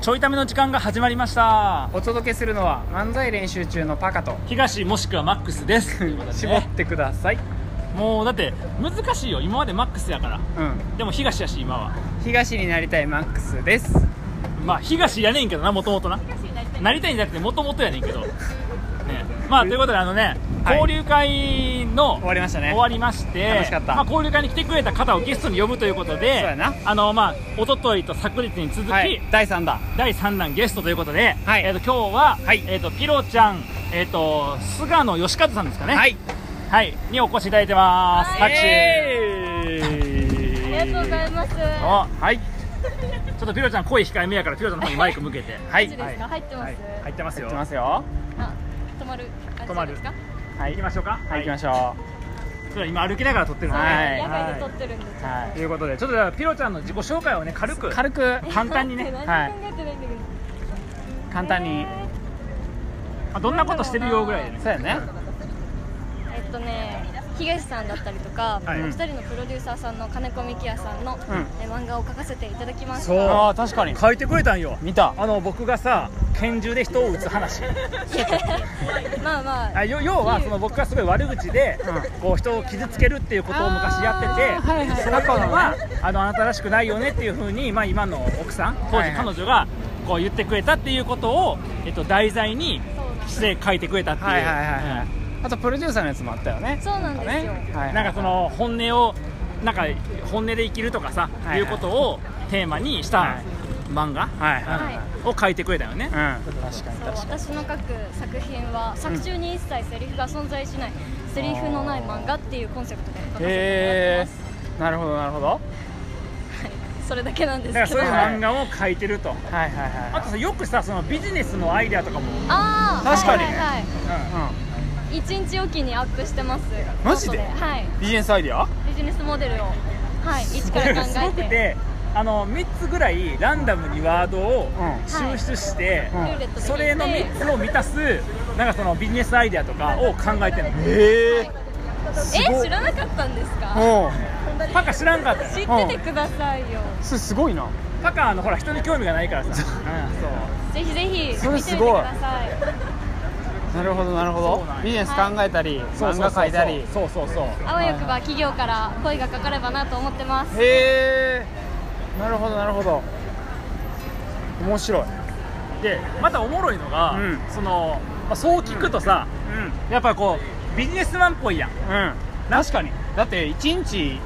ちょいための時間が始まりましたお届けするのは漫才練習中のパカと東もしくはマックスです ということで絞っねてください、もうだって難しいよ今までマックスやからうんでも東やし今は東になりたいマックスですまあ東やねんけどなもともとななりたいんじゃなくてもともとやねんけどねまあということであのねはい交流会の、終わりましたね終わりまして楽しかったまあ、交流会に来てくれた方をゲストに呼ぶということでそうやなあのまあ一昨日と昨日に続き、はい第3弾第3弾ゲストということで、はいえー、と今日は、はいえー、とピロちゃん、えー、と菅野義和さんですかね、はいはい、にお越しいただいてます。はい手ありがとうございます。お、はいちょっとピロちゃん声控えめやから、ピロちゃんの方にマイク向けて。はい大丈夫ですか、入ってます。はい、入ってますやよ。ってますよあ、止まる。あ止まるそうですか。はい行きましょうか。ははい行きまししょょう。今歩きながら撮ってるんで。はい野外で撮は。ってるんで。うはいということで、ちょっとじゃあピロちゃんの自己紹介をね、軽く。い軽くちょっと簡単 にね待ってはい何も考えてないんだけど。簡単にえあどんなことしてるよぐらいでね。そうやねーえっとね、東さんだったりとか、はいお二人のプロデューサーさんの金子幹也さんの、え漫画を描かせていただきました。そうあー確かに書いてくれたんよ。見たあの僕がさ拳銃で人を撃つ話 まあまああ。よ要はその僕がすごい悪口で、うんこう人を傷つけるっていうことを昔やってて、あーはいはいその子はあのあなたらしくないよねっていうふうに、まあ、今の奥さん当は時いはい彼女がこう言ってくれたっていうことを、えっと、題材にして書いてくれたっていう、はいはいはいはいあとプロデューサーのやつもあったよねそうなんですよかねうんなんかその本音をなんか本音で生きるとかさ、いはいいうことをテーマにしたはい漫画、はいはいはいを書いてくれたよね、うん確かにそう私の書く作品は作中に一切セリフが存在しない、セリフのない漫画っていうコンセプトで書かせてもらへってます、えなるほどなるほどははい、それだけなんですだけからどそういう漫画を書いてると、いはいはいあとさよくさそのビジネスのアイデアとかも、ああ確かにねはいはいはいうん一日おきにアップしてますマジで後はいビジネスアイディアビジネスモデルをはい一かこれらが考すごえくててあの3つぐらいランダムにワードをうん抽出して、うんルーレットでそれの見て3つを満たすなんかそのビジネスアイデアとかを考えてるのえええ知らなかったんですかおパカ知らんかった知よっててくださいよそれすごいなパカあのほら人に興味がないからさ、うん、そうぜひぜひ見てそれみてすくごいださいなるほどなるほそうどなんやビジネス考えたりそう漫画描いたりそうそうそうあわよくば企業から声がかかればなと思ってます へえなるほどなるほど面白いでまたおもろいのが、うんその、まあ、そう聞くとさ、うんやっぱこうビジネスマンっぽいやんうん確かにだって一日一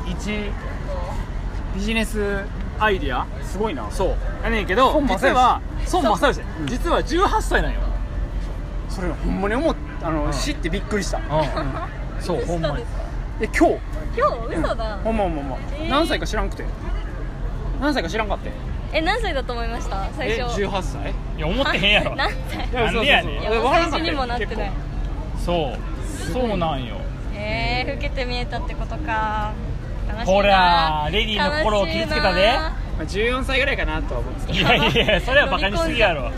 ビジネスアイデアすごいなそうやねんけど孫実正義は孫正義、うん実は18歳なんよ、それほんまに思っあの、うん知ってびっくりしたうん、そうほんまにえ今日今日嘘だほんまほんまほんま、えー何歳か知らんくて何歳か知らんかったよえ何歳だと思いました最初18歳いや思ってへんやろ 何歳なんでやねんいいややもうわ最らんか初ったにもなってないそうそうなんよえー、老けて見えたってことか悲しいなほらレディーの心を傷つけたで悲しいなまあ14歳ぐらいかなとは思っていやいやそれはバカにしすぎやろ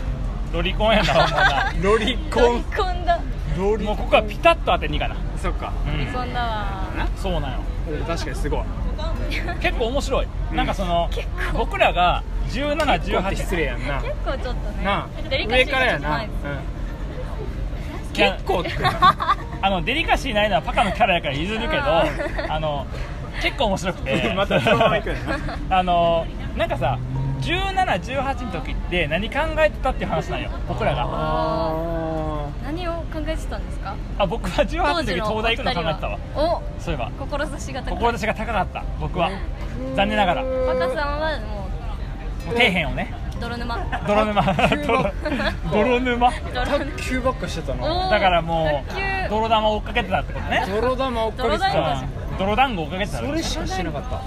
ロリコンやなお前たロリロリコンだロリもうここはピタッと当てにいかな、そっかうロリんコンだわそうなんよ確かにすごい結構面白い、うんなんかその僕らが1718失礼やんな結構ちょっとねなデリカシ上ーからがちょやっとな、ない結構って あのデリカシーないのはパカのキャラやから譲るけあどあの結構面白くて またそのまま行くよね あのなんかさ1718の時って何考えてたっていう話なんよ僕らがあ何を考えてたんですかあ僕は18の時東大行くの考えてたわおそういえば志が高い志が高かった僕は残念ながらもう若さんはも底辺をねう 泥沼泥 沼泥 泥沼泥卓球ばっかしてたなおだからも卓球う泥玉を追っかけてたってことね泥玉をっかけて泥た団うん泥団子を追っかけてたそのれしかしてなかった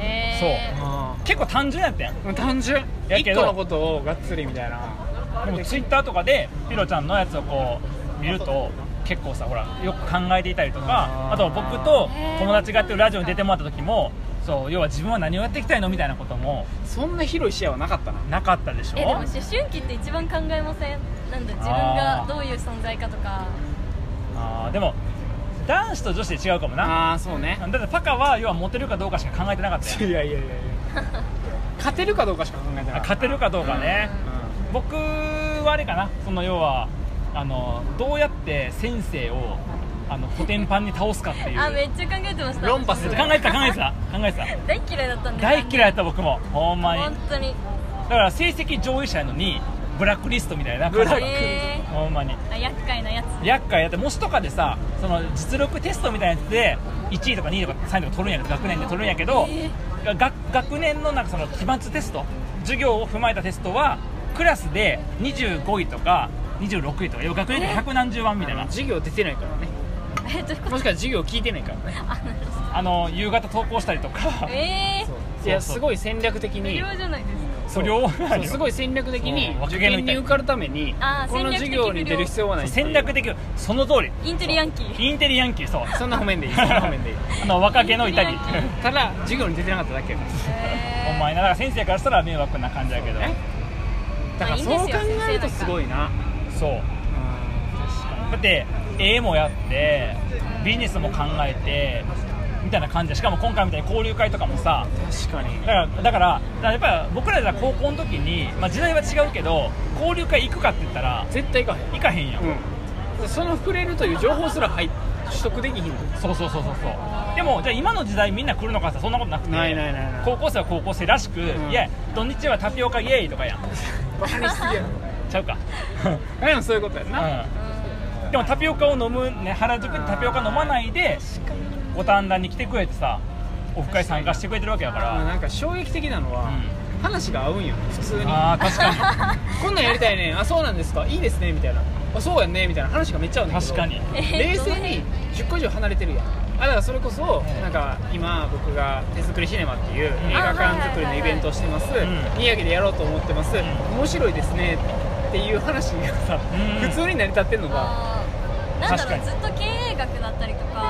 えあ結構単純やったやんー単純やけ一ど個のことをがっつりみたいなでもツイッターとかでピロちゃんのやつをこう見ると結構さほらよく考えていたりとかあーあと僕と友達がやってるラジオに出てもらった時もそう要は自分は何をやっていきたいのみたいなこともそんな広い視野はなかったななかったでしょーえでも思春期って一番考えませんなんだ自分がどういう存在かとかあーでも男子と女子で違うかもなああーそうねだってパカは要はモテるかどうかしか考えてなかった いよやいやいやいや勝てるかどうかしか考えてなあい勝てるかどうかね、僕はあれかなその要はあのどうやって先生をあのコテンパンに倒すかっていうあめっちゃ考えてました論破す考るえてた考えてた考えてた大嫌いだったんで大嫌いだった僕もほんまに本当にだから成績上位者やのにブラックリストみたいなブラックえほんまにー、あ厄介なやつ 厄介だって模試とかでさその実力テストみたいなやつで1位とか2位とか3位とか取るんやけど学年で取るんやけど、えが学年のなんかその期末テスト授業を踏まえたテストはクラスで25位とか26位とか学年で百何十番みたいな、授業出てないからねえどういうこもしかしたら授業聞いてないからねあの夕方投稿したりとかとえいやすごい戦略的ー、無に料じゃないですか不良なそんうよすごい戦略的にそう若受気の至り験に受かるためにあーこの授業に出る必要はないっていう戦略的その通りインテリヤンキーインテリヤンキーそうそんな方 面でいいそんな方面でいいあの若気の至イりンテリヤンただ授業に出てなかっただ けやから おえー前なだから先生からしたら迷惑な感じやけどねだからそう考えるとすごいなそううんだって絵もやってビジネスも考えてみたいな感じでしかも今回みたいに交流会とかもさ確かにだからだからだからやっぱり僕らが高校の時に、まあ、時代は違うけど交流会行くかって言ったら絶対行かへん行かへんやん、うん、その触れるという情報すら入っ取得できひんそうそうそうそうそうでもじゃあ今の時代みんな来るのかさそんなことなくてないないないない高校生は高校生らしく、んいや土日はタピオカイエーイとかやんバカにしす ぎやちゃ うか、ろでもそういうことやな、うん、でもタピオカを飲む、ね、原宿でタピオカ飲まないで五反田に来てくれてさオフ会参加してくれてるわけやかまあらなんか衝撃的なのは、う話が合うんよね普通にあー確かこんなんやりたいねんあそうなんですかいいですねみたいなあそうやんねみたいな話がめっちゃ合うねんけど確かに冷静に10個以上離れてるやんあだからそれこそなんか今僕が手作りシネマっていう映画館作りのイベントをしてます、ん宮城でやろうと思ってます、面白いですねっていう話がさ、うん普通に成り立ってるのがあーなんだ確かろうにずっと経営学だったりとか、ん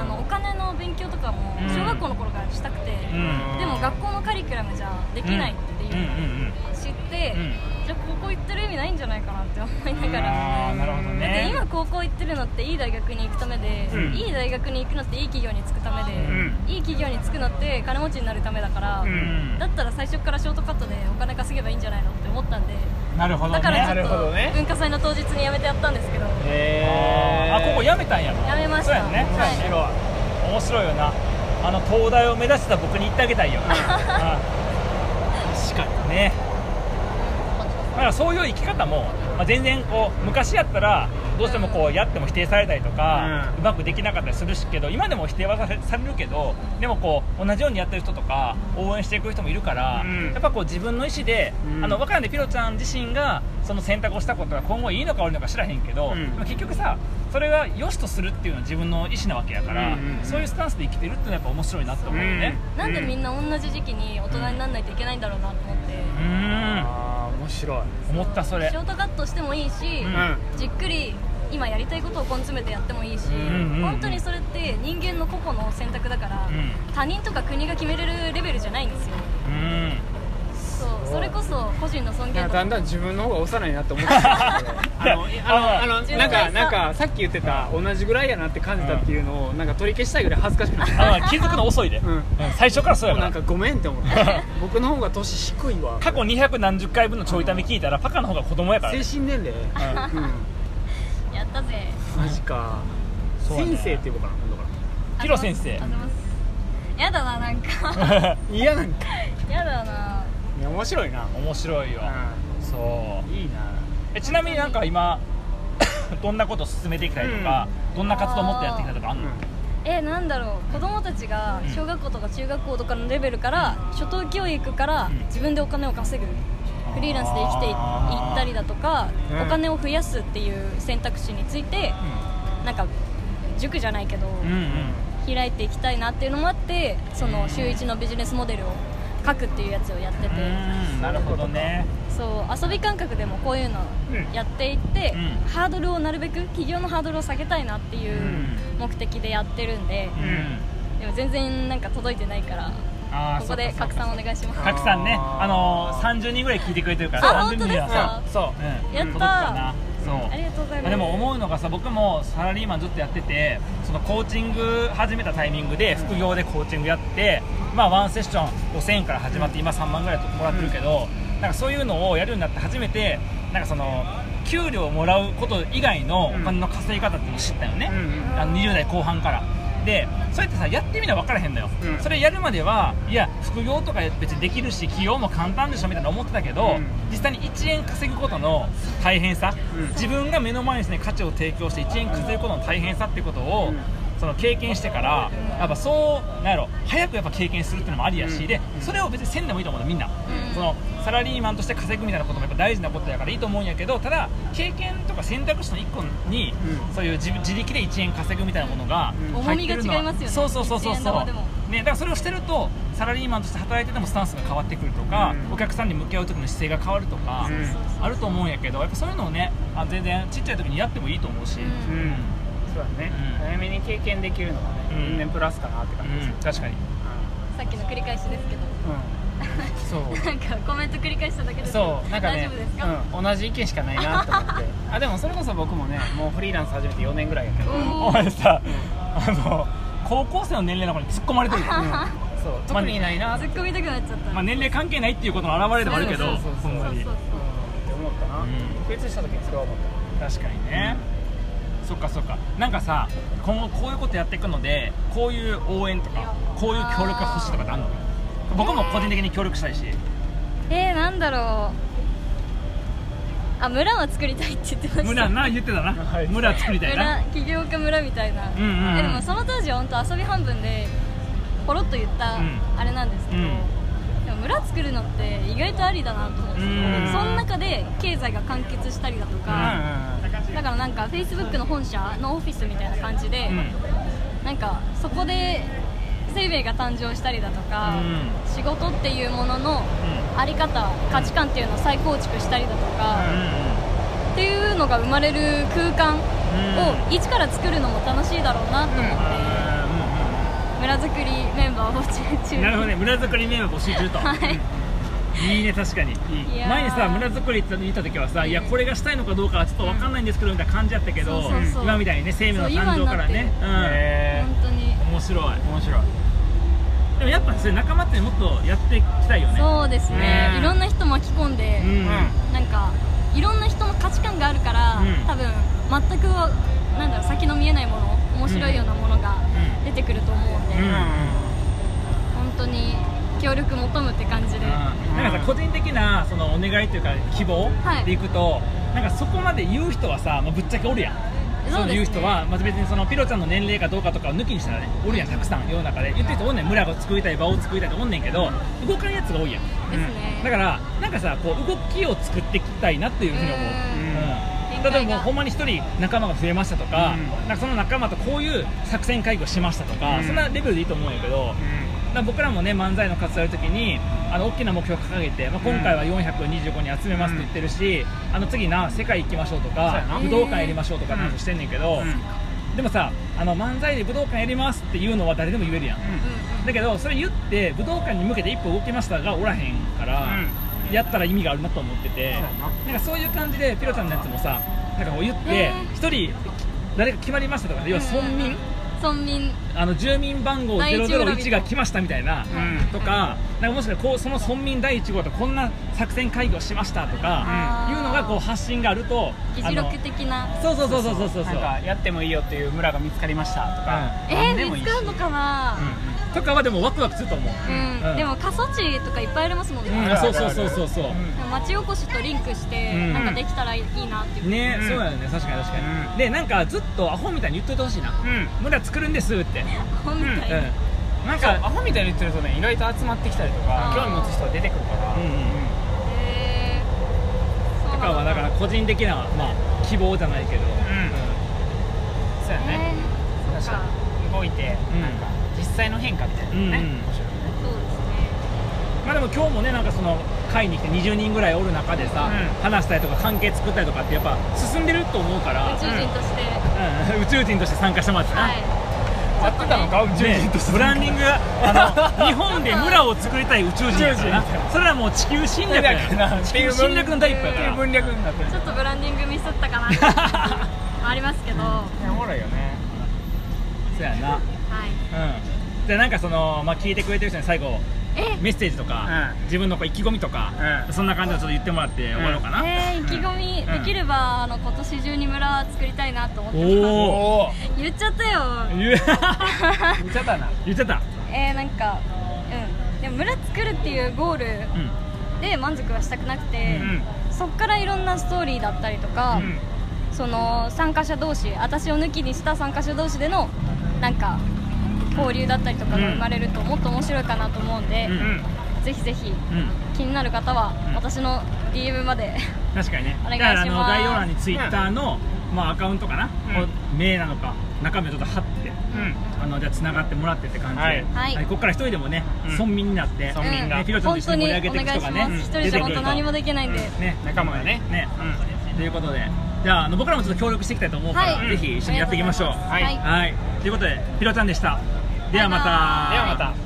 あのお金の勉強とかもうん小学校の頃からしたくて、うんでも学校のカリキュラムじゃできにないっていうんううんのを知って、うんうんじゃあ高校行ってる意味ないんじゃないかなって思いながあらあ。なるほどだってね今高校行ってるのっていい大学に行くためで、うんいい大学に行くのっていい企業に就くためで、んいい企業に就くのって金持ちになるためだから、うんだったら最初からショートカットでお金稼げばいいんじゃないのって思ったんでなるほどねだからなちょるっほどとね文化祭の当日にやめてやったんですけど、えあーあここややめたんやろやめましたそうやんね、はいそうやんね面白いよなあの東大を目指してた僕に言ってあげたい よ確かにねだからそういう生き方も、まあ、全然こう昔やったらどうしてもこうやっても否定されたりとか、ううんまくできなかったりするしけど今でも否定はされされるけどでもこう同じようにやってる人とか応援していく人もいるから、うんやっぱこう自分の意思で、うんあの若いんでピロちゃん自身がその選択をしたことが今後いいのか悪いのか知らへんけど、うんでも結局さそれが良しとするっていうのは自分の意思なわけやから、うんうんうんそういうスタンスで生きてるっていうのはやっぱ面白いなと思うよね。なんでみんな、な同じ時期に大人にならないといけないんだろうなと思って、うーんああ面白い思ったそれショートカットしてもいいし、うんじっくり今やりたいことを根詰めてやってもいいし、んうんうん本当にそれって人間の個々の選択だから、うん他人とか国が決めれるレベルじゃないんですようんそうそうそれこそ個人のな尊厳んとかかだんだん自分の方が幼いなって思ってたんですけどあのあのあのなんかなんかさっき言ってた同じぐらいやなって感じたっていうのをなんか取り消したいぐらい恥ずかしくなったあの気づくの遅いで、うんうん最初からそうやもうかならんかごめんって思った僕の方が年低いわ過去200何十回分のちょいため聞いたらパカの方が子供やからね精神年齢うんやったぜマジかそうだね先生っていうことかな今度からヒロ先生あざますやだななん か嫌なんかやだないや面白いな 面白いよそうんいいなうえちなみになんか今 どんなこと進めていきたいとか、どんな活動もっとやっていきたいとかあんの、えなんだろう子供たちが小学校とか中学校とかのレベルから初等教育かうらん自分でお金を稼ぐフリーランスで生きていいあーったりだとかうんお金を増やすっていう選択肢についてなんか塾じゃないけどうん、うんうん開いていきたいなっていうのもあってその週1のビジネスモデルを書くっていうやつをやっててうんなるほどねそう遊び感覚でもこういうのうんやっていっうてんハードルをなるべく起業のハードルを下げたいなっていううん目的でやってるんで。うん、でも全然なんか届いてないからあーここでそっか拡散お願いします拡散ねあーあのー、30人ぐらい聞いてくれてるからあ30人本当ですかそう、うんやったー届くかなそうありがとうございますでも思うのがさ僕もサラリーマンずっとやっててそのコーチング始めたタイミングで副業でコーチングやって、まあ、ワンセッション5000円から始まって今3万ぐらいもらってるけど、なんかそういうのをやるようになって初めてなんかその給料をもらうこと以外のお金の稼ぎ方っていうのを知ったよね、うんあの20代後半からでそうやってさやってみたら分からへんのよ、うんそれやるまではいや副業とか別にできるし起業も簡単でしょみたいな思ってたけど、うん実際に1円稼ぐことの大変さ、うん自分が目の前にです、ね、価値を提供して1円稼ぐことの大変さってことを、うんその経験してからやっぱそうなんやろ早くやっぱ経験するっていうのもありやし、うんでそれを別にせんでもいいと思うのみんな、うんそのサラリーマンとして稼ぐみたいなこともやっぱ大事なことやからいいと思うんやけどただ経験とか選択肢の1個に、うんそういう自自力で1円稼ぐみたいなものがうん入ってるのは重みが違いますよねそうそうそうそう1円そう玉でもね、だからそれをしてるとサラリーマンとして働いててもスタンスが変わってくるとか、うんお客さんに向き合う時の姿勢が変わるとか、うんあると思うんやけどやっぱそういうのをねあ全然ちっちゃい時にやってもいいと思うし、うんうんそうだねうん早めに経験できるのがねうん年々プラスかなって感じでうすん確かにさっきの繰り返しですけどそうなんかコメント繰り返しただけですけどそうなんか大ね丈夫ですか、うん同じ意見しかないなと思 ってあでもそれこそ僕もねもうフリーランス始めて4年ぐらいやけどうん お前さ、あの高校生の年齢の子に突っ込まれ てるよ、そう特にないなって突っ込みたくなっちゃった、まあ、年齢関係ないっていうことの表れでもあるけどそうそうそうほんまにそうそううんって思ったなうん独立した時にそれは思った確かにね、そっかそっかなんかさ今後こういうことやっていくのでこういう応援とかこういう協力が欲しいとかってあるの僕も個人的に協力したいしえー、なんだろうあ村は作りたいって言ってました村な言ってたな、はい村作りたいな村起業家村みたいな、うんうんうんえでもその当時は本当遊び半分でポロッと言ったうんあれなんですけど、うんでも村作るのって意外とありだなと思って、うんその中で経済が完結したりだとか、だからなんか Facebook の本社のオフィスみたいな感じで、うんなんかそこで生命が誕生したりだとか、う仕事っていうもののあり方価値観っていうのを再構築したりだとうか、んっていうのが生まれる空間を一から作るのも楽しいだろうなと思って、村づくりメンバーを募集うん中なるほどね村作りメンバー募集中と、はいいいね確かにいやー前にさ村作りって言った時はさ、いやこれがしたいのかどうかはちょっと分かんないんですけどみたいな感じだったけど、そうそうそう今みたいにね生命の誕生からねそう今になってうんへ本当に面白いー面白いでもやっぱそれ仲間ってもっとやっていきたいよねそうですね、うんいろんな人巻き込んで、うんなんかいろんな人の価値観があるから、うん多分全くなんだろう先の見えないもの面白いようなものがうん出てくると思うんで、うんうん本当に協力求むって感じで、なんかさ個人的なそのお願いというか希望はいでいくと、なんかそこまで言う人はさ、まあ、ぶっちゃけおるやんそうのですね言う人は、まあ、別にそのピロちゃんの年齢かどうかとかを抜きにしたらねおるやんたくさん世の中で言ってる人おんねん村を作りたい場を作りたいと思んねんけど動かんやつが多いやんですだかね、らなんかさこう動きを作っていきたいなっていうふうに思う、うんうん、展例開がえばもうほんまに一人仲間が増えましたとか,、うんなんかその仲間とこういう作戦会議をしましたとか、うんそんなレベルでいいと思うんやけど、だから僕らもね漫才の活動やるときにあの大きな目標を掲げて、まあ、今回は425人集めますって言ってるし、あの次な世界行きましょうとそうかやな武道館やりましょうとかって話してんねんけど、でもさあの漫才で武道館やりますっていうのは誰でも言えるやん、だけどそれ言って武道館に向けて一歩動きましたがおらへんから、やったら意味があるなと思っててそうやなんかそういう感じでピロちゃんのやつもさなんかこう言ってえー一人誰か決まりましたとか要は村民村民あの住民番号第一村001人が来ましたみたいなうんとかなんかもしくはこうその村民第1号とこんな作戦会議をしましたとかうんいうのがこう発信があると議あ事の録的なそうそうそうそうそうそうなんかやってもいいよっていう村が見つかりましたとか、うえでー、も見いいつしかるのかな、うんとかはでもワクワクすると思ううんでも過疎地とかいっぱいありますもんね、うんでもそうそうそうそうそう町おこしとリンクして、うんなんかできたらいいなっていう、ね、うんそうだよね確かに確かに、うんでなんかずっとアホみたいに言っといてほしいな、うん村作るんですって、本みたいな、うん、なんなんかアかホみたいに言ってるとね意外と集まってきたりとかあー興味持つ人が出てくるから、うんうんへーそとうかはだから個人的な、まあ、希望じゃないけど、そうやね、えー確そっかかに動いて、うんなんか実際の変化みたいなのうね、んうん面白いねそうですねまあでも今日もねなんかその会に来て20人ぐらいおる中でさ、う話したりとか関係作ったりとかってやっぱ進んでると思うから宇宙人として、うん宇宙人として参加してもらってな、はい合ってたのか宇宙人としてブランディングあの日本で村を作りたい宇宙人やからな宇宙人それはもう地球 侵略やから地球侵略の第一歩やかっていうら文脈になってるちょっとブランディングミスっ たかなっていうのはありますけど、はいやおもろいよねそうやなうんでなんかその、まあ、聞いてくれてる人に最後い、えメッセージとか、うん自分のこう意気込みとか、うんそんな感じをちょっと言ってもらって終わろうかな、えー、意気込み、うんできればあの今年中に村作りたいなと思ってまおおす言っちゃったよ言う 見ちゃったな言ってたえー、なんかうんでも村作るっていうゴールうんで満足はしたくなくて、うんそっからいろんなストーリーだったりとか、うんその参加者同士私を抜きにした参加者同士でのなんか交流だったりとかが生まれるともっと面白いかなと思うんで、うんうんぜひぜひうん気になる方はうん私の DM まで確かにねお願いしまだかすらあの概要欄にツイッターの、まあ、アカウントかな、うんこう名なのか中身をちょっと貼ってうんあのじゃあつながってもらってって感じで、はいはいここから一人でもね、うん村民になって村民がね、ピロちゃんと本一当緒にに盛おり上願げていくい人しがまねす、一人出じてゃく本る当と何もできないんで、ね仲間がねねうんということでじゃああの僕らもちょっと協力していきたいと思うから、はいぜひ一緒にやっていきましょうありがとうございますはい、はいということでピロちゃんでしたではまたバイバイではまた